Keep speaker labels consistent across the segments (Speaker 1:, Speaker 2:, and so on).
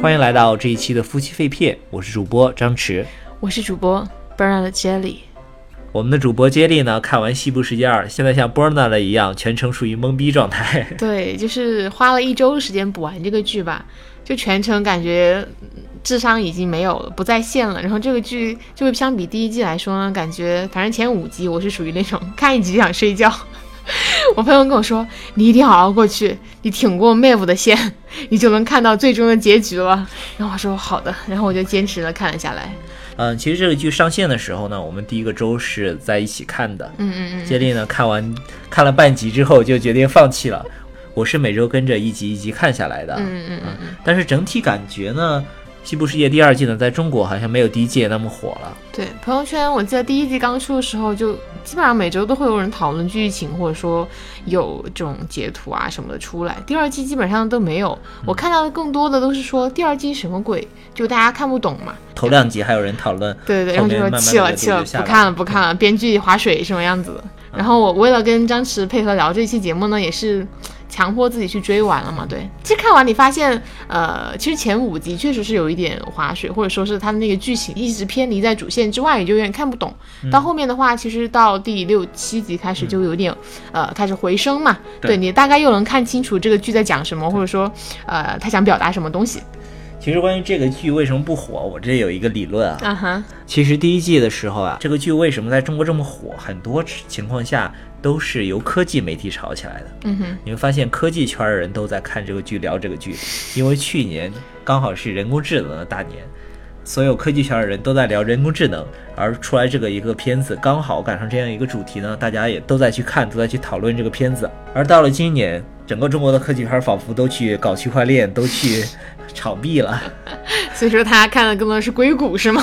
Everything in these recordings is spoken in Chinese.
Speaker 1: 欢迎来到这一期的夫妻肺片，我是主播张弛。
Speaker 2: 我是主播 Bernard Jelly。
Speaker 1: 我们的主播接力呢，看完《西部世界二》，现在像 b e r n a 一样，全程处于懵逼状态。
Speaker 2: 对，就是花了一周时间补完这个剧吧，就全程感觉嗯智商已经没有了，不在线了。然后这个剧就相比第一季来说呢，感觉反正前五集我是属于那种看一集就想睡觉。 我朋友跟我说：“你一定要熬过去，你挺过 Mave 的线，你就能看到最终的结局了。”然后我说：“好的。”然后我就坚持了看了下来。
Speaker 1: 嗯，其实这个剧上线的时候呢，我们第一个周是在一起看的。
Speaker 2: 嗯嗯嗯，
Speaker 1: 接力呢，看完看了半集之后就决定放弃了。我是每周跟着一集一集看下来的。
Speaker 2: 嗯嗯嗯，
Speaker 1: 但是整体感觉呢，《西部世界》第二季呢，在中国好像没有第一季那么火了。
Speaker 2: 对，朋友圈我记得第一季刚出的时候，就基本上每周都会有人讨论剧情，或者说有这种截图啊什么的出来。第二季基本上都没有，我看到的更多的都是说第二季什么鬼，就大家看不懂嘛。
Speaker 1: 头两集还有人讨论，
Speaker 2: 对对对，然
Speaker 1: 后
Speaker 2: 后就
Speaker 1: 面
Speaker 2: 说
Speaker 1: 慢慢
Speaker 2: 弃
Speaker 1: 地
Speaker 2: 了
Speaker 1: 就
Speaker 2: 弃了，
Speaker 1: 就下
Speaker 2: 不
Speaker 1: 来
Speaker 2: 看
Speaker 1: 了嗯
Speaker 2: 了不看了，编剧划水什么样子的。然后我为了跟张弛配合聊这期节目呢，也是强迫自己去追完了嘛。对，其实看完你发现，呃，其实前五集确实是有一点划水，或者说是它的那个剧情一直偏离在主线之外，你就有点看不懂。
Speaker 1: 嗯
Speaker 2: 到后面的话，其实到第六七集开始就有点，呃，开始回升嘛。
Speaker 1: 对
Speaker 2: 对你大概又能看清楚这个剧在讲什么，或者说，呃，他想表达什么东西。
Speaker 1: 其实关于这个剧为什么不火，我这有一个理论啊。
Speaker 2: 啊哈，
Speaker 1: 其实第一季的时候啊，这个剧为什么在中国这么火，很多情况下都是由科技媒体炒起来的。
Speaker 2: 嗯哼，
Speaker 1: 你会发现科技圈儿的人都在看这个剧，聊这个剧，因为去年刚好是人工智能的大年，所有科技圈儿的人都在聊人工智能，而出来这个一个片子刚好赶上这样一个主题呢，大家也都在去看，都在去讨论这个片子。而到了今年，整个中国的科技圈儿仿佛都去搞区块链，都去 炒币了，
Speaker 2: 所以说他看的更多是硅谷是吗？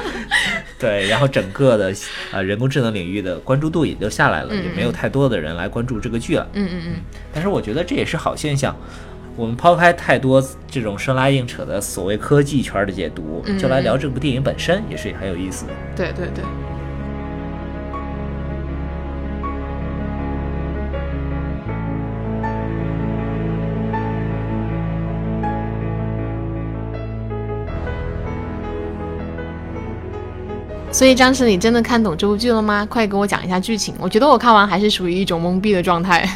Speaker 1: 对，然后整个的呃人工智能领域的关注度也就下来了，也没有太多的人来关注这个剧了。
Speaker 2: 嗯嗯嗯，
Speaker 1: 但是我觉得这也是好现象。我们抛开太多这种生拉硬扯的所谓科技圈的解读，
Speaker 2: 嗯
Speaker 1: 就来聊这部电影本身，也是很有意思的。
Speaker 2: 对对对。所以张弛，你真的看懂这部剧了吗？快给我讲一下剧情。我觉得我看完还是属于一种懵逼的状态。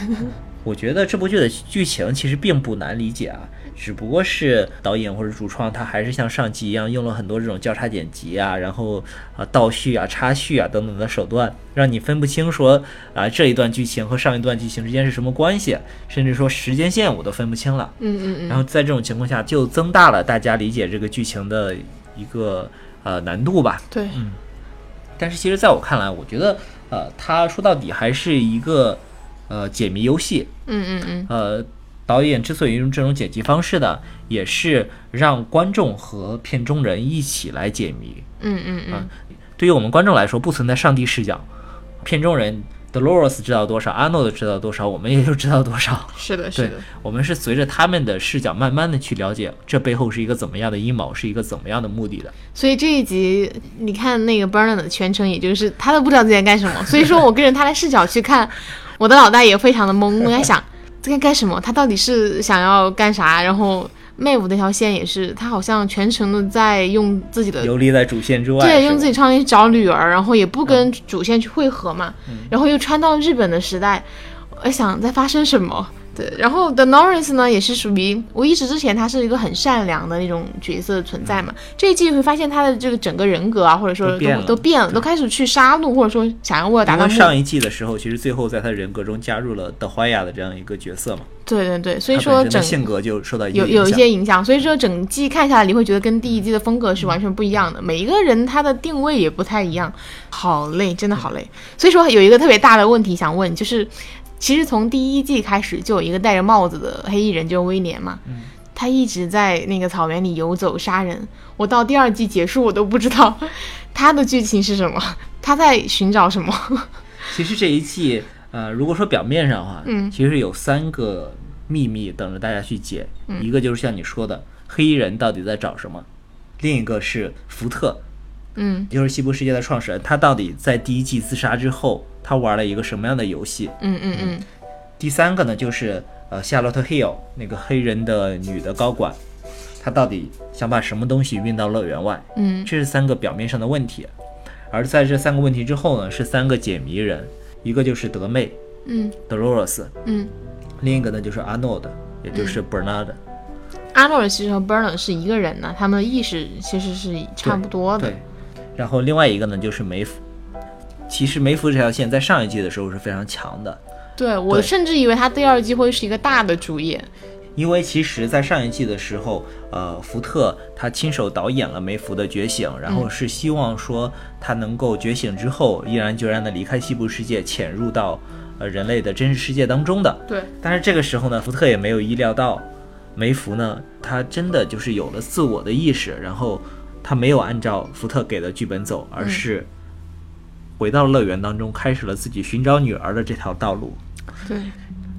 Speaker 1: 我觉得这部剧的剧情其实并不难理解啊，只不过是导演或者主创他还是像上季一样用了很多这种交叉剪辑啊，然后啊倒叙啊、插叙啊等等的手段，让你分不清说啊这一段剧情和上一段剧情之间是什么关系，甚至说时间线我都分不清了。
Speaker 2: 嗯嗯嗯，
Speaker 1: 然后在这种情况下，就增大了大家理解这个剧情的一个呃难度吧。
Speaker 2: 对，
Speaker 1: 但是其实在我看来，我觉得呃，它说到底还是一个呃解谜游戏。
Speaker 2: 嗯嗯嗯，
Speaker 1: 呃，导演之所以用这种剪辑方式呢，也是让观众和片中人一起来解谜。
Speaker 2: 嗯嗯嗯，
Speaker 1: 对于我们观众来说，不存在上帝视角，片中人。Dolores 知道多少，阿诺的知道多少，我们也就知道多少。
Speaker 2: 是的，是
Speaker 1: 对
Speaker 2: 的，，
Speaker 1: 我们是随着他们的视角，慢慢的去了解这背后是一个怎么样的阴谋，是一个怎么样的目的的。
Speaker 2: 所以这一集你看那个 Bernard 的全程，也就是他都不知道自己在干什么。所 以说我跟着他的视角去看，我的脑袋也非常的懵，我在想这该干什么，他到底是想要干啥？然后 Mave 那条线也是，他好像全程的在用自己的
Speaker 1: 游离在主线之外，
Speaker 2: 对，
Speaker 1: 是
Speaker 2: 用
Speaker 1: 吧
Speaker 2: 自己创意去找女儿，然后也不跟
Speaker 1: 嗯
Speaker 2: 主线去汇合嘛，然后又穿到日本的时代，我想在发生什么。对，然后 The Norris 呢，也是属于我一直之前他是一个很善良的那种角色存在嘛，这一季会发现他的这个整个人格啊，或者说
Speaker 1: 嗯都变了
Speaker 2: 都变了，都开始去杀戮，或者说想要为了达
Speaker 1: 因
Speaker 2: 到
Speaker 1: 为
Speaker 2: 目
Speaker 1: 上一季的时候，其实最后在他人格中加入了德怀亚的这样一个角色嘛，
Speaker 2: 对对对，所
Speaker 1: 他
Speaker 2: 以
Speaker 1: 本
Speaker 2: 说
Speaker 1: 身
Speaker 2: 整
Speaker 1: 的性格就受到一定
Speaker 2: 有
Speaker 1: 影
Speaker 2: 有一
Speaker 1: 响。
Speaker 2: 些影响，所以说整季看下来，你会觉得跟第一季的风格是完全不一样的。每一个人他的定位也不太一样，嗯嗯好累，真的好累。所以说有一个特别大的问题想问，就是其实从第一季开始就有一个戴着帽子的黑衣人，就是威廉嘛，他一直在那个草原里游走杀人。我到第二季结束，我都不知道 他的剧情是什么，他在寻找什么。
Speaker 1: 其实这一季，呃，如果说表面上的话，
Speaker 2: 嗯
Speaker 1: 其实有三个秘密等着大家去解，
Speaker 2: 嗯
Speaker 1: 一个就是像你说的黑衣人到底在找什么，另一个是福特，
Speaker 2: 嗯
Speaker 1: 就是西部世界的创始人，他到底在第一季自杀之后，他玩了一个什么样的游戏？
Speaker 2: 嗯嗯嗯，
Speaker 1: 第三个呢，就是呃夏洛特· Hill 那个黑人的女的高管，他到底想把什么东西运到乐园外？
Speaker 2: 嗯
Speaker 1: 这是三个表面上的问题。而在这三个问题之后呢，是三个解谜人，一个就是德妹
Speaker 2: 嗯
Speaker 1: Dolores，
Speaker 2: 嗯，
Speaker 1: 另一个呢就是 Arnold，也就是 Bernard、
Speaker 2: 阿诺尔其实和 Bernard 是一个人呢，他们的意识其实是差不多的
Speaker 1: 对。，然后另外一个呢就是梅芙。其实梅芙这条线在上一季的时候是非常强的，
Speaker 2: 对我
Speaker 1: 对
Speaker 2: 甚至以为他第二季会是一个大的主演。
Speaker 1: 因为其实，在上一季的时候，呃，福特他亲手导演了梅芙的觉醒，然后是希望说他能够觉醒之后，毅然决然的离开西部世界，潜入到呃人类的真实世界当中的。
Speaker 2: 对，
Speaker 1: 但是这个时候呢，福特也没有意料到，梅芙呢，她真的就是有了自我的意识，然后她没有按照福特给的剧本走，而是回到乐园当中，开始了自己寻找女儿的这条道路。
Speaker 2: 对，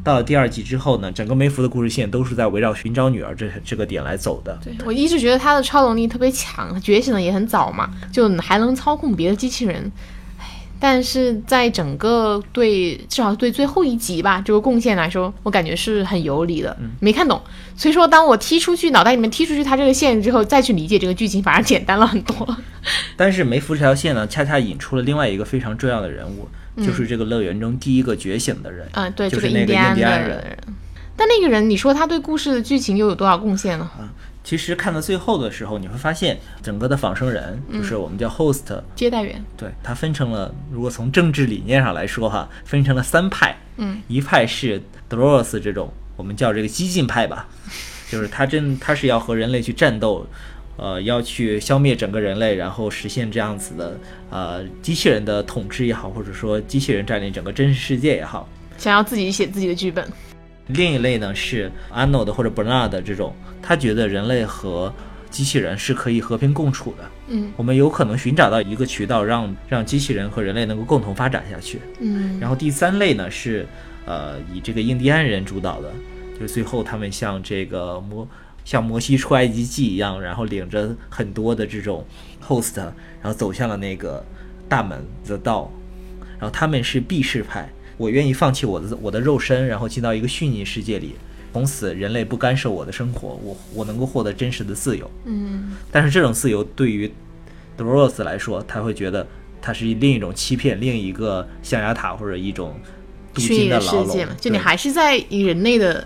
Speaker 1: 到了第二季之后呢，整个梅芙的故事线都是在围绕寻找女儿这这个点来走的。
Speaker 2: 对我一直觉得他的超能力特别强，觉醒的也很早嘛，就还能操控别的机器人。唉但是在整个对至少对最后一集吧这个贡献来说，我感觉是很有理
Speaker 1: 嗯
Speaker 2: 的，没看懂。所以说，当我踢出去脑袋里面踢出去他这个线之后，再去理解这个剧情，反而简单了很 多。
Speaker 1: 但是梅芙这条线呢，恰恰引出了另外一个非常重要的人物，就是这个乐园中第一个觉醒的人，
Speaker 2: 嗯，对，
Speaker 1: 就是
Speaker 2: 这个
Speaker 1: 那
Speaker 2: 印
Speaker 1: 个
Speaker 2: 第
Speaker 1: 印
Speaker 2: 安
Speaker 1: 第安人。
Speaker 2: 人。但那个人，你说他对故事的剧情又有多少贡献呢？
Speaker 1: 其实看到最后的时候，你会发现整个的仿生人，
Speaker 2: 嗯
Speaker 1: 就是我们叫 host，、
Speaker 2: 接待员，
Speaker 1: 对它分成了，如果从政治理念上来说哈，分成了三派，
Speaker 2: 嗯，
Speaker 1: 一派是 Dolores 这种，我们叫这个激进派吧，就是他真他是要和人类去战斗，呃，要去消灭整个人类，然后实现这样子的呃机器人的统治也好，或者说机器人占领整个真实世界也好，
Speaker 2: 想要自己写自己的剧本。
Speaker 1: 另一类呢是 Arnold 或者 Bernard 这种，他觉得人类和机器人是可以和平共处的。
Speaker 2: 嗯，
Speaker 1: 我们有可能寻找到一个渠道让，让机器人和人类能够共同发展下去。
Speaker 2: 嗯
Speaker 1: 然后第三类呢是，呃，以这个印第安人主导的，就是最后他们像这个摩像摩西出埃及记一样，然后领着很多的这种 host，然后走向了那个大门 the door，然后他们是 B 式派，我愿意放弃我的我的肉身，然后进到一个虚拟世界里，从此人类不干涉我的生活，我我能够获得真实的自由。
Speaker 2: 嗯，
Speaker 1: 但是这种自由对于 Dolores 来说，他会觉得它是另一种欺骗，另一个象牙塔或者一种镀
Speaker 2: 虚拟
Speaker 1: 金
Speaker 2: 的世
Speaker 1: 牢笼
Speaker 2: 界嘛，。就你
Speaker 1: 对
Speaker 2: 还是在人类的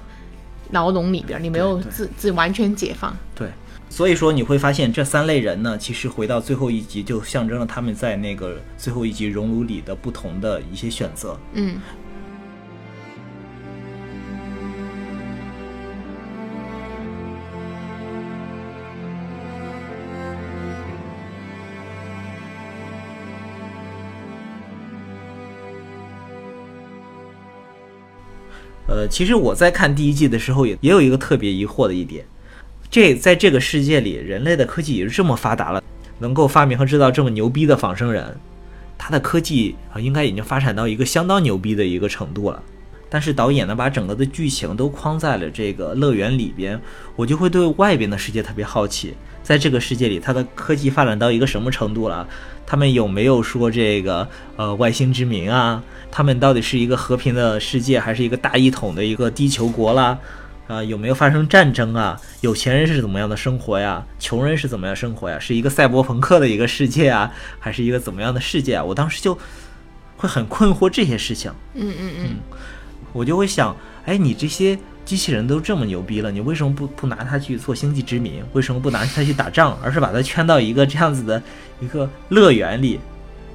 Speaker 2: 牢笼里边儿，你没有
Speaker 1: 对对
Speaker 2: 自自完全解放。
Speaker 1: 对，所以说你会发现这三类人呢，其实回到最后一集就象征了他们在那个最后一集熔炉里的不同的一些选择。
Speaker 2: 嗯，
Speaker 1: 呃，其实我在看第一季的时候也，也有一个特别疑惑的一点，这在这个世界里，人类的科技也是这么发达了，能够发明和制造这么牛逼的仿生人，他的科技啊、呃应该已经发展到一个相当牛逼的一个程度了。但是导演呢，把整个的剧情都框在了这个乐园里边，我就会对外边的世界特别好奇，在这个世界里，它的科技发展到一个什么程度了？他们有没有说这个呃外星殖民啊？他们到底是一个和平的世界，还是一个大一统的一个地球国啦？啊、有没有发生战争啊？有钱人是怎么样的生活呀？穷人是怎么样生活呀？是一个赛博朋克的一个世界啊，还是一个怎么样的世界啊？我当时就会很困惑这些事情。
Speaker 2: 嗯嗯嗯，
Speaker 1: 我就会想，哎，你这些机器人都这么牛逼了，你为什么不不拿它去做星际殖民？为什么不拿它去打仗，而是把它圈到一个这样子的一个乐园里？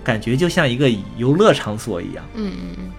Speaker 1: 感觉就像一个游乐场所一样，
Speaker 2: 嗯嗯嗯，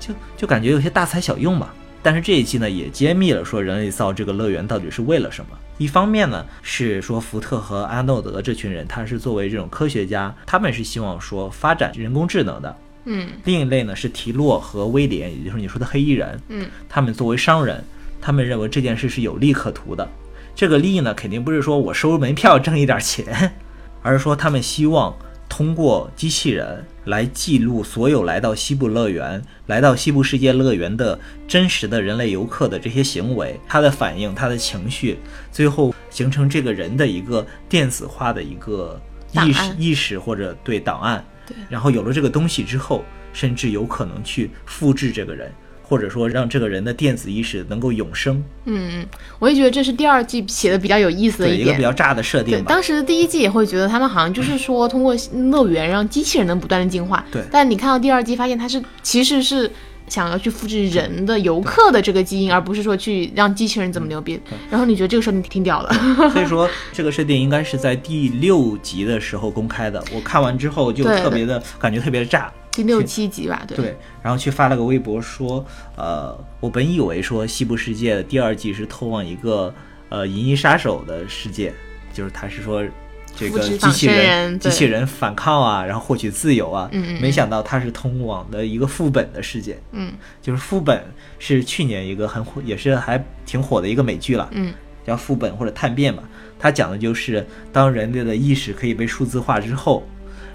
Speaker 1: 就就感觉有些大材小用吧。但是这一季呢，也揭秘了说人类造这个乐园到底是为了什么。一方面呢，是说福特和阿诺德这群人，他是作为这种科学家，他们是希望说发展人工智能的；
Speaker 2: 嗯
Speaker 1: 另一类呢是提洛和威廉，也就是你说的黑衣人，
Speaker 2: 嗯，
Speaker 1: 他们作为商人，他们认为这件事是有利可图的。这个利呢，肯定不是说我收门票挣一点钱，而是说他们希望通过机器人来记录所有来到西部乐园、来到西部世界乐园的真实的人类游客的这些行为、他的反应、他的情绪，最后形成这个人的一个电子化的一个意
Speaker 2: 档
Speaker 1: 识
Speaker 2: 案、
Speaker 1: 意识或者对档案。
Speaker 2: 对
Speaker 1: 然后有了这个东西之后，甚至有可能去复制这个人，或者说让这个人的电子意识能够永生，
Speaker 2: 嗯，我也觉得这是第二季写的比较有意思的
Speaker 1: 对
Speaker 2: 一
Speaker 1: 一个比
Speaker 2: 点。
Speaker 1: 较炸的设
Speaker 2: 对，
Speaker 1: 定吧。
Speaker 2: 当时第一季也会觉得他们好像就是说通过乐园让机器人能不断的进化，
Speaker 1: 对
Speaker 2: 但你看到第二季发现它是其实是想要去复制人的游客的这个基因，而不是说去让机器人怎么牛逼。然后你觉得这个设定挺屌的，
Speaker 1: 所以说这个设定应该是在第六集的时候公开的，我看完之后就
Speaker 2: 对
Speaker 1: 特别的感觉特别炸。
Speaker 2: 第六七集吧，对。
Speaker 1: 对，然后去发了个微博说，呃，我本以为说《西部世界》的第二季是通往一个呃《银翼杀手》的世界，就是他是说这
Speaker 2: 复
Speaker 1: 个
Speaker 2: 制
Speaker 1: 机
Speaker 2: 仿
Speaker 1: 器
Speaker 2: 生
Speaker 1: 人
Speaker 2: 人
Speaker 1: 机
Speaker 2: 对
Speaker 1: 器人反抗啊，然后获取自由啊，
Speaker 2: 嗯嗯
Speaker 1: 没想到它是通往的一个副本的世界，
Speaker 2: 嗯，
Speaker 1: 就是副本是去年一个很火，也是还挺火的一个美剧了，
Speaker 2: 嗯，
Speaker 1: 叫副本或者探变嘛，它讲的就是当人类的意识可以被数字化之后。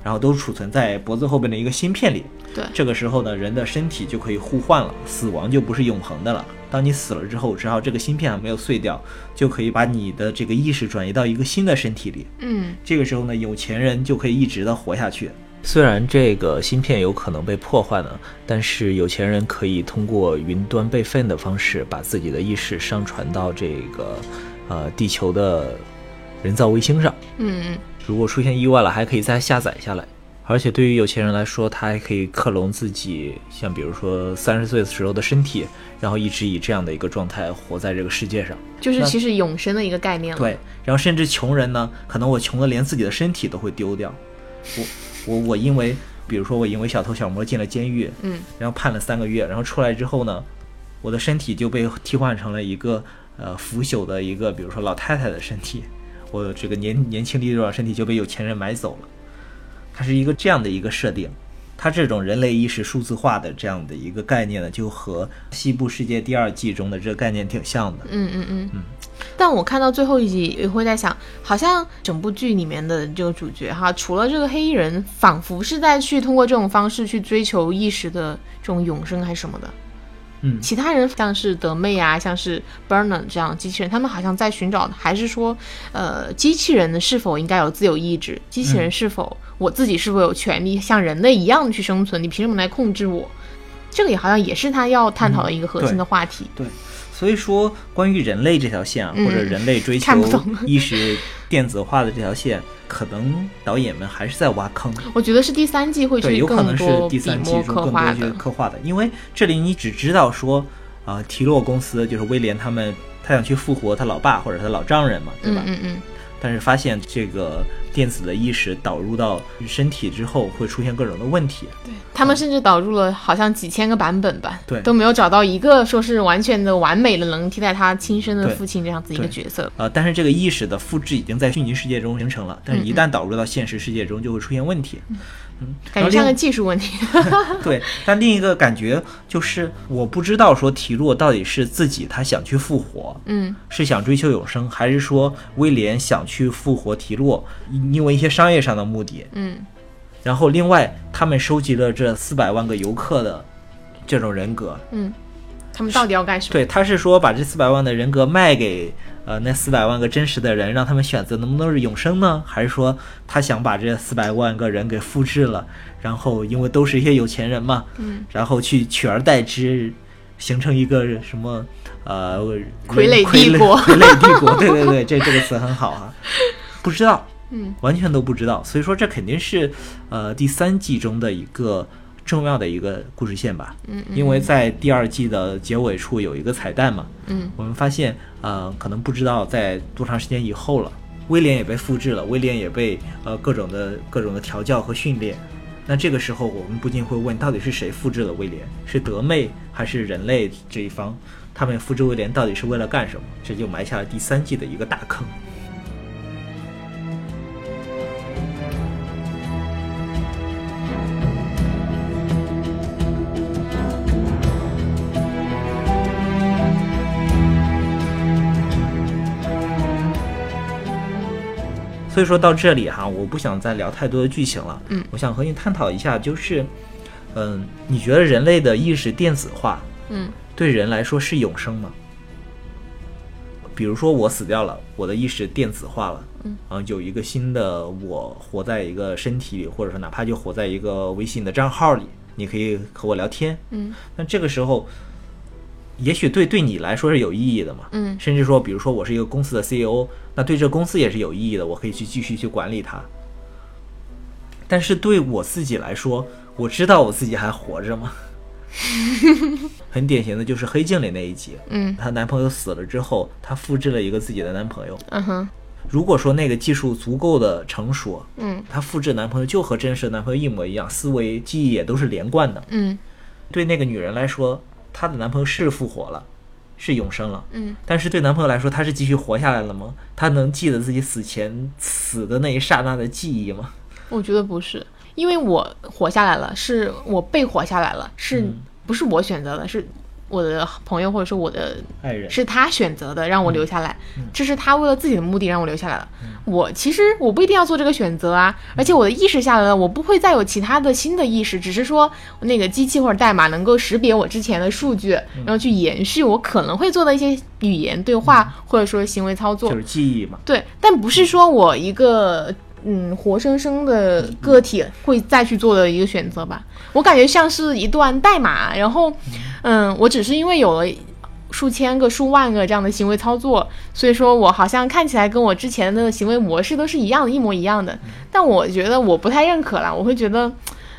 Speaker 1: 然后都储存在脖子后边的一个芯片里，
Speaker 2: 对
Speaker 1: 这个时候呢，人的身体就可以互换了，死亡就不是永恒的了。当你死了之后，只要这个芯片还没有碎掉，就可以把你的这个意识转移到一个新的身体里。
Speaker 2: 嗯，
Speaker 1: 这个时候呢，有钱人就可以一直的活下去。虽然这个芯片有可能被破坏了，但是有钱人可以通过云端备份的方式，把自己的意识上传到这个呃地球的人造卫星上。
Speaker 2: 嗯，
Speaker 1: 如果出现意外了，还可以再下载下来。而且对于有钱人来说，他还可以克隆自己，像比如说三十岁的时候的身体，然后一直以这样的一个状态活在这个世界上。
Speaker 2: 就是
Speaker 1: 那
Speaker 2: 其实永生的一个概念了。
Speaker 1: 对，然后甚至穷人呢，可能我穷的连自己的身体都会丢掉。我我我因为，比如说我因为小偷小摸进了监狱，
Speaker 2: 嗯，
Speaker 1: 然后判了三个月，然后出来之后呢，我的身体就被替换成了一个呃腐朽的一个，比如说老太太的身体，我这个年年轻力壮的身体就被有钱人买走了。它是一个这样的一个设定。它这种人类意识数字化的这样的一个概念呢，就和《西部世界》第二季中的这个概念挺像的。
Speaker 2: 嗯嗯嗯。但我看到最后一集，也会在想，好像整部剧里面的这个主角哈，除了这个黑衣人，仿佛是在去通过这种方式去追求意识的这种永生还是什么的。
Speaker 1: 嗯
Speaker 2: 其他人像是德妹啊，像是 Burner 这样机器人，他们好像在寻找，还是说，呃，机器人是否应该有自由意志？机器人是否、我自己是否有权利像人类一样去生存？你凭什么来控制我？这个也好像也是他要探讨的一个核心的话题。
Speaker 1: 对，所以说关于人类这条线啊，
Speaker 2: 嗯
Speaker 1: 或者人类追求
Speaker 2: 看不懂
Speaker 1: 意识电子化的这条线，可能导演们还是在挖 坑。
Speaker 2: 我觉得是第三季会
Speaker 1: 对，
Speaker 2: 去
Speaker 1: 有可能
Speaker 2: 更
Speaker 1: 是
Speaker 2: 多
Speaker 1: 第
Speaker 2: 笔
Speaker 1: 三季
Speaker 2: 墨
Speaker 1: 中
Speaker 2: 刻
Speaker 1: 更
Speaker 2: 画
Speaker 1: 多去
Speaker 2: 的。
Speaker 1: 刻画的，因为这里你只知道说，啊、提洛公司就是威廉他们，他想去复活他老爸或者他老丈人嘛，对
Speaker 2: 嗯
Speaker 1: 吧？
Speaker 2: 嗯嗯，
Speaker 1: 但是发现这个电子的意识导入到身体之后，会出现各种的问题。
Speaker 2: 对他们甚至导入了好像几千个版本吧，
Speaker 1: 对
Speaker 2: 都没有找到一个说是完全的完美的能替代他亲生的
Speaker 1: 对
Speaker 2: 父亲这样子一个
Speaker 1: 对
Speaker 2: 角色。
Speaker 1: 呃，但是这个意识的复制已经在虚拟世界中形成了，但
Speaker 2: 嗯
Speaker 1: 是一旦导入到现实世界中，就会出现问题。然
Speaker 2: 感
Speaker 1: 后
Speaker 2: 觉像
Speaker 1: 另
Speaker 2: 个技术问题。
Speaker 1: 对，但另一个感觉就是，我不知道说提洛到底是自己他想去复活，
Speaker 2: 嗯
Speaker 1: 是想追求永生，还是说威廉想去复活提洛，因因为一些商业上的目的。
Speaker 2: 嗯
Speaker 1: 然后另外，他们收集了这四百万个游客的这种人格，
Speaker 2: 嗯，他们到底要干什么？
Speaker 1: 对，他是说把这四百万的人格卖给呃那四百万个真实的人，让他们选择能不能是永生呢？还是说他想把这四百万个人给复制了，然后因为都是一些有钱人嘛，
Speaker 2: 嗯，
Speaker 1: 然后去取而代之，形成一个什么呃
Speaker 2: 傀儡
Speaker 1: 人
Speaker 2: 帝国
Speaker 1: 傀儡帝国，对对对，这这个词很好啊，不知道，
Speaker 2: 嗯，
Speaker 1: 完全都不知道，所以说这肯定是呃第三季中的一个重要的一个故事线吧，
Speaker 2: 嗯嗯
Speaker 1: 因为在第二季的结尾处有一个彩蛋嘛，
Speaker 2: 嗯
Speaker 1: 我们发现，呃，可能不知道在多长时间以后了，威廉也被复制了，威廉也被呃各种的各种的调教和训练。那这个时候，我们不禁会问，到底是谁复制了威廉？是德妹还是人类这一方？他们复制威廉到底是为了干什么？这就埋下了第三季的一个大坑。所以说到这里哈，我不想再聊太多的剧情了。
Speaker 2: 嗯，
Speaker 1: 我想和你探讨一下，就是，嗯、你觉得人类的意识电子化
Speaker 2: 嗯
Speaker 1: 对人来说是永生吗？比如说我死掉了，我的意识电子化了，
Speaker 2: 嗯，
Speaker 1: 然后有一个新的我活在一个身体里，或者说哪怕就活在一个微信的账号里，你可以和我聊天。
Speaker 2: 嗯
Speaker 1: 那这个时候，也许对对你来说是有意义的嘛。
Speaker 2: 嗯
Speaker 1: 甚至说，比如说我是一个公司的 CEO，那对这公司也是有意义的，我可以去继续去管理它。但是对我自己来说，我知道我自己还活着吗？很典型的就是《黑镜》里那一集，
Speaker 2: 嗯
Speaker 1: 她男朋友死了之后，她复制了一个自己的男朋友。
Speaker 2: 嗯哼
Speaker 1: 如果说那个技术足够的成熟，
Speaker 2: 嗯
Speaker 1: 她复制男朋友就和真实的男朋友一模一样，思维、记忆也都是连贯的。
Speaker 2: 嗯
Speaker 1: 对那个女人来说，她的男朋友是复活了，是永生了。
Speaker 2: 嗯
Speaker 1: 但是对男朋友来说，他是继续活下来了吗？他能记得自己死前死的那一刹那的记忆吗？
Speaker 2: 我觉得不是，因为我活下来了，是我被活下来了，是、不是我选择的？是我的朋友或者说我的
Speaker 1: 爱人嗯
Speaker 2: 是他选择的让我留下来，这是他为了自己的目的让我留下来了。我其实我不一定要做这个选择啊，而且我的意识下来了，我不会再有其他的新的意识，只是说那个机器或者代码能够识别我之前的数据，
Speaker 1: 嗯
Speaker 2: 然后去延续我可能会做的一些语言对话或者说行为操作
Speaker 1: 嗯就。是记忆嘛。
Speaker 2: 对，但不是说我一个嗯活生生的个体会再去做的一个选择吧。我感觉像是一段代码，然后嗯，我只是因为有了。数千个、数万个这样的行为操作，所以说我好像看起来跟我之前的行为模式都是一样的，一模一样的。但我觉得我不太认可啦，我会觉得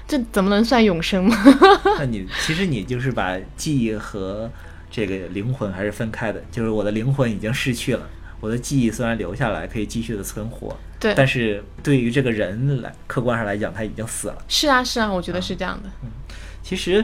Speaker 2: 这怎么能算永 生吗？
Speaker 1: 那你其实你就是把记忆和这个灵魂还是分开的，就是我的灵魂已经逝去了，我的记忆虽然留下来可以继续的存活，
Speaker 2: 对，
Speaker 1: 但是对于这个人来客观上来讲，他已经死了。
Speaker 2: 是啊，是啊，我觉得是这样的。
Speaker 1: 其实，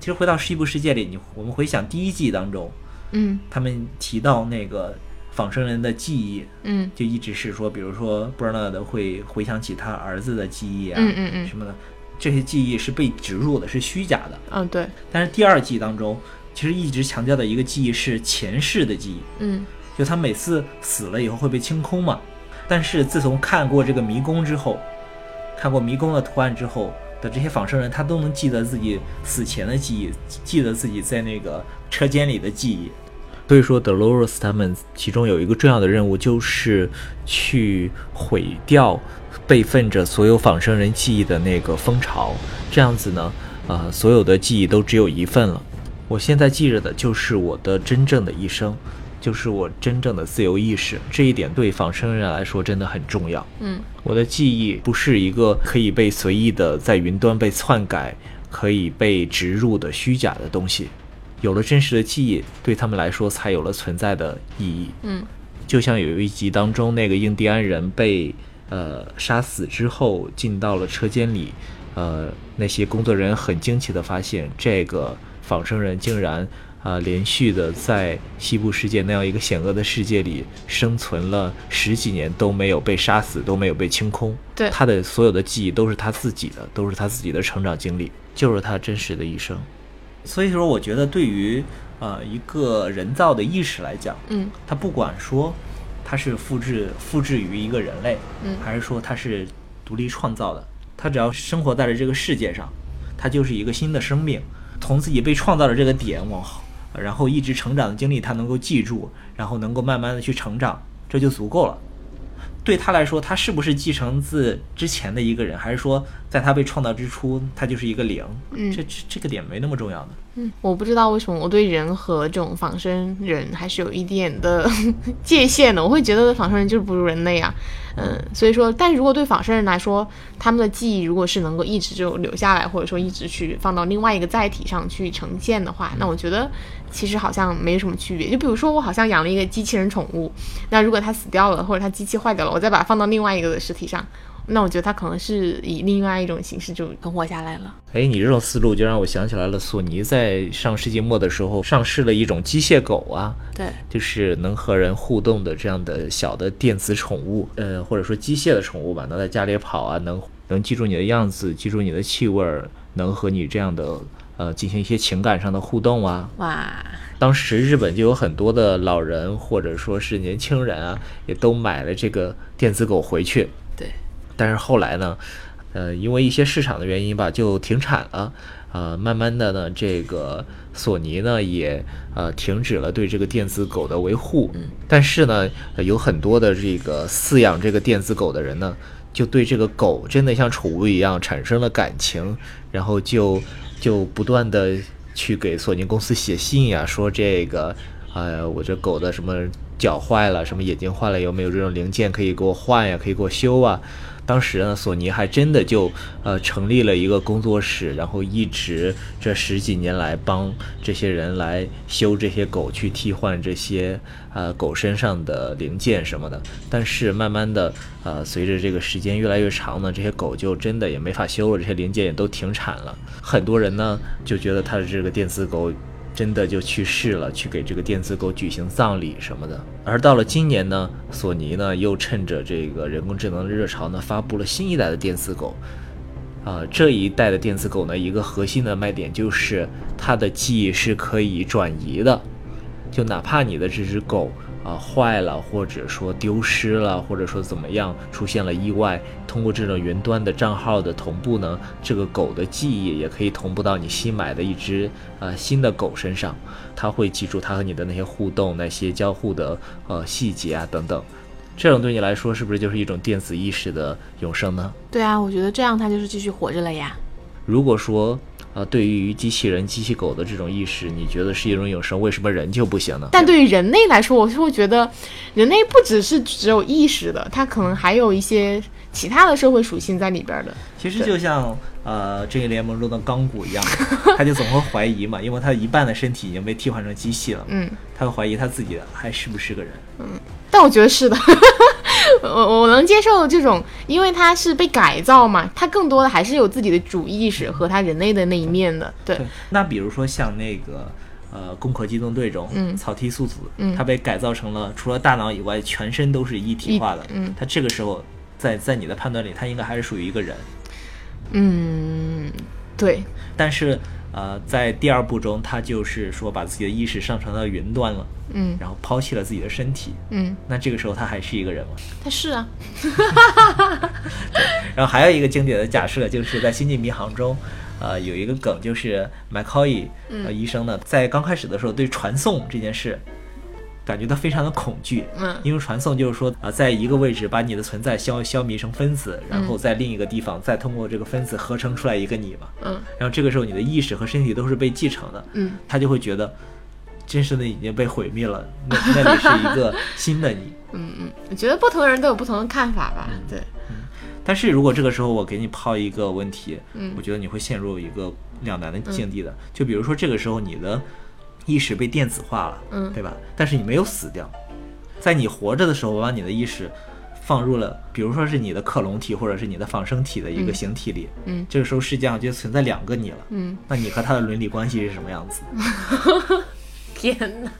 Speaker 1: 其实回到《西部世界》里，你我们回想第一季当中，
Speaker 2: 嗯
Speaker 1: 他们提到那个仿生人的记忆，
Speaker 2: 嗯
Speaker 1: 就一直是说，比如说 Bernard 会回想起他儿子的记忆啊，
Speaker 2: 嗯嗯嗯
Speaker 1: 什么的，这些记忆是被植入的，是虚假的。
Speaker 2: 嗯，对，
Speaker 1: 但是第二季当中，其实一直强调的一个记忆是前世的记忆，
Speaker 2: 嗯
Speaker 1: 就他每次死了以后会被清空嘛。但是自从看过这个迷宫之后，看过迷宫的图案之后的这些仿生人，他都能记得自己死前的记忆，记得自己在那个车间里的记忆。所以说，Dolores 他们其中有一个重要的任务，就是去毁掉备份着所有仿生人记忆的那个蜂巢。这样子呢，呃，所有的记忆都只有一份了。我现在记着的就是我的真正的一生，就是我真正的自由意识。这一点对仿生人来说真的很重要。
Speaker 2: 嗯
Speaker 1: 我的记忆不是一个可以被随意的在云端被篡改、可以被植入的虚假的东西。有了真实的记忆，对他们来说才有了存在的意义。
Speaker 2: 嗯
Speaker 1: 就像有一集当中那个印第安人被呃杀死之后进到了车间里，呃，那些工作人员很惊奇的发现，这个仿生人竟然啊、呃连续的在西部世界那样一个险恶的世界里生存了十几年都没有被杀死，都没有被清空。
Speaker 2: 对
Speaker 1: 他的所有的记忆都是他自己的，都是他自己的成长经历，就是他真实的一生。所以说，我觉得对于呃一个人造的意识来讲，
Speaker 2: 嗯
Speaker 1: 它不管说它是复制复制于一个人类，
Speaker 2: 嗯
Speaker 1: 还是说它是独立创造的，它只要生活在了这个世界上，它就是一个新的生命，从自己被创造的这个点往后，然后一直成长的经历，它能够记住，然后能够慢慢的去成长，这就足够了。对他来说，他是不是继承自之前的一个人，还是说在他被创造之初，他就是一个零？
Speaker 2: 嗯
Speaker 1: 这这这个点没那么重要的。
Speaker 2: 嗯，我不知道为什么我对人和这种仿生人还是有一点的 界限的，我会觉得仿生人就是不如人类啊，嗯，所以说，但如果对仿生人来说，他们的记忆如果是能够一直就留下来，或者说一直去放到另外一个载体上去呈现的话，那我觉得其实好像没什么区别。就比如说，我好像养了一个机器人宠物，那如果它死掉了，或者它机器坏掉了，我再把它放到另外一个的尸体上，那我觉得它可能是以另外一种形式就存活下来了。
Speaker 1: 哎，你这种思路就让我想起来了，索尼在上世纪末的时候上市了一种机械狗啊，
Speaker 2: 对，
Speaker 1: 就是能和人互动的这样的小的电子宠物，呃，或者说机械的宠物吧，能在家里跑啊，能能记住你的样子，记住你的气味儿，能和你这样的呃进行一些情感上的互动啊，
Speaker 2: 哇，
Speaker 1: 当时日本就有很多的老人或者说是年轻人啊，也都买了这个电子狗回去。
Speaker 2: 对，
Speaker 1: 但是后来呢，呃，因为一些市场的原因吧，就停产了。呃，慢慢的呢，这个索尼呢也呃停止了对这个电子狗的维护。嗯。但是呢、呃有很多的这个饲养这个电子狗的人呢，就对这个狗真的像宠物一样产生了感情，然后就就不断的。去给索尼公司写信呀、说这个，呃，我这狗的什么脚坏了，什么眼睛坏了，有没有这种零件可以给我换呀，可以给我修啊？当时呢，索尼还真的就呃成立了一个工作室，然后一直这十几年来帮这些人来修这些狗，去替换这些呃狗身上的零件什么的。但是慢慢的，呃，随着这个时间越来越长呢，这些狗就真的也没法修了，这些零件也都停产了。很多人呢就觉得他的这个电子狗真的就去世了，去给这个电子狗举行葬礼什么的。而到了今年呢，索尼呢又趁着这个人工智能的热潮呢，发布了新一代的电子狗。啊、这一代的电子狗呢，一个核心的卖点就是它的记忆是可以转移的，就哪怕你的这只狗啊、坏了，或者说丢失了，或者说怎么样出现了意外，通过这种云端的账号的同步呢，这个狗的记忆也可以同步到你新买的一只呃新的狗身上，它会记住它和你的那些互动、那些交互的呃细节啊等等。这种对你来说是不是就是一种电子意识的永生呢？
Speaker 2: 对啊，我觉得这样它就是继续活着了呀。
Speaker 1: 如果说，呃，对于机器人、机器狗的这种意识，你觉得是一种永生，为什么人就不行呢？
Speaker 2: 但对于人类来说，我是会觉得，人类不只是只有意识的，它可能还有一些其他的社会属性在里边儿的。
Speaker 1: 其实就像呃《正义联盟》中的钢骨一样，他就总会怀疑嘛，因为他一半的身体已经被替换成机器了，
Speaker 2: 嗯，
Speaker 1: 他会怀疑他自己还是不是个人。
Speaker 2: 但我觉得是的， 我我能接受这种，因为它是被改造嘛，它更多的还是有自己的主意识和它人类的那一面的。对，
Speaker 1: 对，那比如说像那个呃《攻壳机动队》中，
Speaker 2: 嗯
Speaker 1: 草剃素子，
Speaker 2: 嗯
Speaker 1: 他被改造成了除了大脑以外，全身都是一体化的，
Speaker 2: 嗯
Speaker 1: 他这个时候在在你的判断里，他应该还是属于一个人，
Speaker 2: 嗯，对，
Speaker 1: 但是呃，在第二部中，他就是说把自己的意识上传到云端了，
Speaker 2: 嗯
Speaker 1: 然后抛弃了自己的身体，
Speaker 2: 嗯，
Speaker 1: 那这个时候他还是一个人吗？
Speaker 2: 它是啊，
Speaker 1: 然后还有一个经典的假设，就是在《星际迷航》中，呃，有一个梗，就是 McCoy
Speaker 2: 嗯
Speaker 1: 呃医生呢，在刚开始的时候对传送这件事感觉到非常的恐惧，
Speaker 2: 嗯
Speaker 1: 因为传送就是说啊、呃在一个位置把你的存在消消弭成分子，
Speaker 2: 嗯
Speaker 1: 然后在另一个地方再通过这个分子合成出来一个你嘛，
Speaker 2: 嗯
Speaker 1: 然后这个时候你的意识和身体都是被继承的，
Speaker 2: 嗯，
Speaker 1: 他就会觉得真实的已经被毁灭了，那 那里是一个新的你。
Speaker 2: 嗯嗯，我觉得不同的人都有不同的看法吧。对，
Speaker 1: 但是如果这个时候我给你抛一个问题，
Speaker 2: 嗯
Speaker 1: 我觉得你会陷入一个两难的境地的。就比如说这个时候你的意识被电子化了，
Speaker 2: 嗯
Speaker 1: 对吧？但是你没有死掉，在你活着的时候，我把你的意识放入了，比如说是你的克隆体或者是你的仿生体的一个形体里，
Speaker 2: 嗯
Speaker 1: 这个时候世界上就存在两个你了，
Speaker 2: 嗯，
Speaker 1: 那你和他的伦理关系是什么样子？
Speaker 2: 天哪，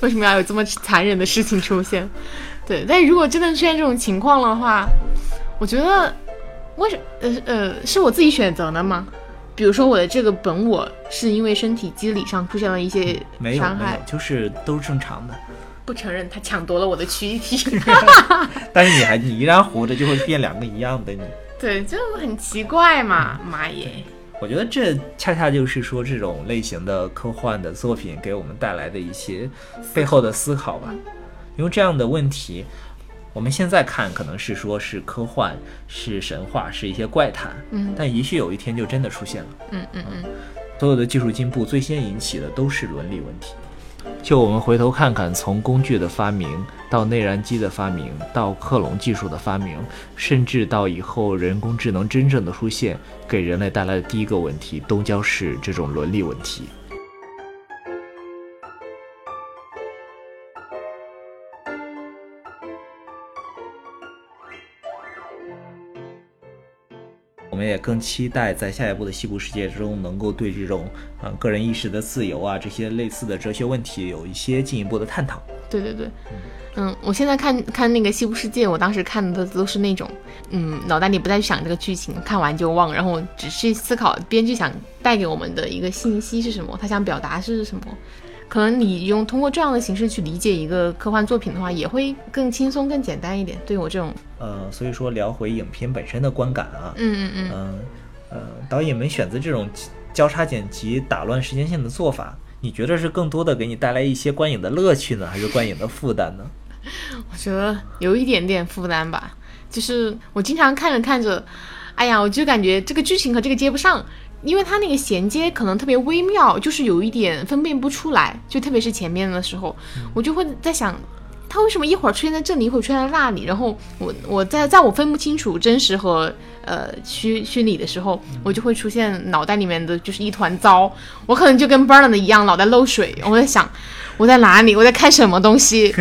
Speaker 2: 为什么要有这么残忍的事情出现？ 对，但如果真的出现这种情况的话，我觉得为什呃呃是我自己选择的吗？比如说我的这个本我是因为身体机理上出现了一些
Speaker 1: 没有，
Speaker 2: 伤
Speaker 1: 没
Speaker 2: 害
Speaker 1: 有，，就是都是正常的。
Speaker 2: 不承认他抢夺了我的躯体，
Speaker 1: 但是你还你依然活着，就会变两个一样的你。
Speaker 2: 对，就很奇怪嘛，妈耶！
Speaker 1: 我觉得这恰恰就是说这种类型的科幻的作品给我们带来的一些背后的思考吧。因为这样的问题，我们现在看可能是说是科幻、是神话、是一些怪谈，
Speaker 2: 嗯
Speaker 1: 但也许有一天就真的出现了。
Speaker 2: 嗯嗯嗯，
Speaker 1: 所有的技术进步最先引起的都是伦理问题。就我们回头看看，从工具的发明到内燃机的发明，到克隆技术的发明，甚至到以后人工智能真正的出现，给人类带来的第一个问题，都将是这种伦理问题。我们也更期待在下一步的西部世界中，能够对这种啊、呃个人意识的自由啊这些类似的哲学问题有一些进一步的探讨。
Speaker 2: 对对对。嗯，我现在看看那个《西部世界》，我当时看的都是那种，嗯，脑袋里不再去想这个剧情，看完就忘，然后只是思考编剧想带给我们的一个信息是什么，他想表达是什么。可能你用通过这样的形式去理解一个科幻作品的话，也会更轻松、更简单一点。对我这种，
Speaker 1: 呃，所以说聊回影片本身的观感啊，
Speaker 2: 嗯嗯嗯，
Speaker 1: 嗯，呃，导演们选择这种交叉剪辑、打乱时间线的做法，你觉得是更多的给你带来一些观影的乐趣呢，还是观影的负担呢？
Speaker 2: 我觉得有一点点负担吧，就是我经常看着看着，哎呀，我就感觉这个剧情和这个接不上，因为它那个衔接可能特别微妙，就是有一点分辨不出来，就特别是前面的时候，我就会在想，它为什么一会儿出现在这里，一会儿出现在那里？然后我我在在我分不清楚真实和呃虚虚拟的时候，我就会出现脑袋里面的就是一团糟，我可能就跟 Bernard 一样，脑袋漏水，我在想。我在哪里？我在看什么东西？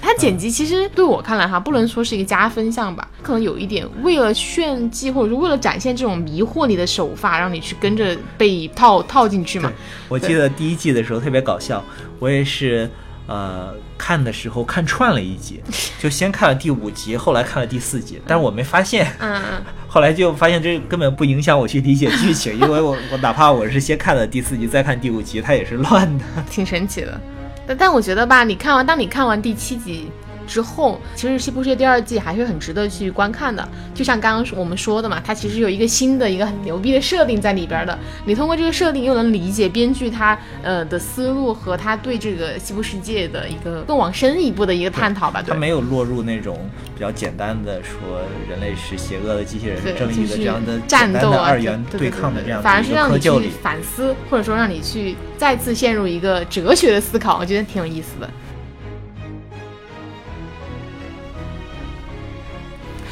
Speaker 2: 它剪辑其实对我看来哈，不能说是一个加分项吧，可能有一点为了炫技或者是为了展现这种迷惑你的手法，让你去跟着被套套进去嘛。
Speaker 1: 我记得第一季的时候特别搞笑，我也是呃看的时候看串了一集，就先看了第五集，后来看了第四集，但是我没发现，
Speaker 2: 嗯嗯，
Speaker 1: 后来就发现这根本不影响我去理解剧情，因为我 我哪怕我是先看了第四集再看第五集，它也是乱的。
Speaker 2: 挺神奇的。但但我觉得吧，你看完，当你看完第七集之后，其实《西部世界》第二季还是很值得去观看的。就像刚刚我们说的嘛，它其实有一个新的一个很牛逼的设定在里边的。你通过这个设定，又能理解编剧他呃的思路和他对这个西部世界的一个更往深一步的一个探讨吧。
Speaker 1: 它
Speaker 2: 对，
Speaker 1: 没有落入那种比较简单的说人类是邪恶的，机器人是
Speaker 2: 对
Speaker 1: 正义
Speaker 2: 就
Speaker 1: 的
Speaker 2: 是
Speaker 1: 这样的
Speaker 2: 战
Speaker 1: 简单
Speaker 2: 斗
Speaker 1: 的
Speaker 2: 啊，
Speaker 1: 二元
Speaker 2: 对
Speaker 1: 对抗的这样的
Speaker 2: 反而
Speaker 1: 一
Speaker 2: 是
Speaker 1: 个
Speaker 2: 让
Speaker 1: 窠
Speaker 2: 你
Speaker 1: 臼
Speaker 2: 去
Speaker 1: 里。
Speaker 2: 反思，或者说让你去再次陷入一个哲学的思考，我觉得挺有意思的。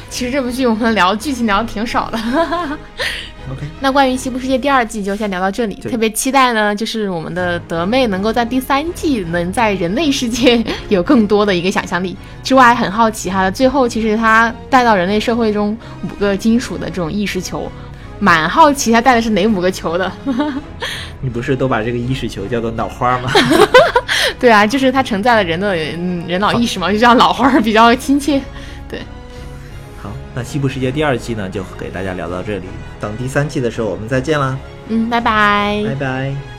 Speaker 2: 其实这部剧我们聊剧情聊的挺少的，
Speaker 1: OK，
Speaker 2: 那关于《西部世界》第二季就先聊到这里，
Speaker 1: 对
Speaker 2: 特别期待呢，就是我们的德妹能够在第三季能在人类世界有更多的一个想象力之外，很好奇哈，最后其实她带到人类社会中五个金属的这种意识球，蛮好奇她带的是哪五个球的。
Speaker 1: 你不是都把这个意识球叫做脑花 吗？
Speaker 2: 对啊，就是它承载了人的嗯人脑意识嘛，就像老花儿比较亲切。
Speaker 1: 好，那《西部世界》第二季呢，就给大家聊到这里。等第三季的时候，我们再见啦，
Speaker 2: 嗯，拜拜
Speaker 1: 拜拜。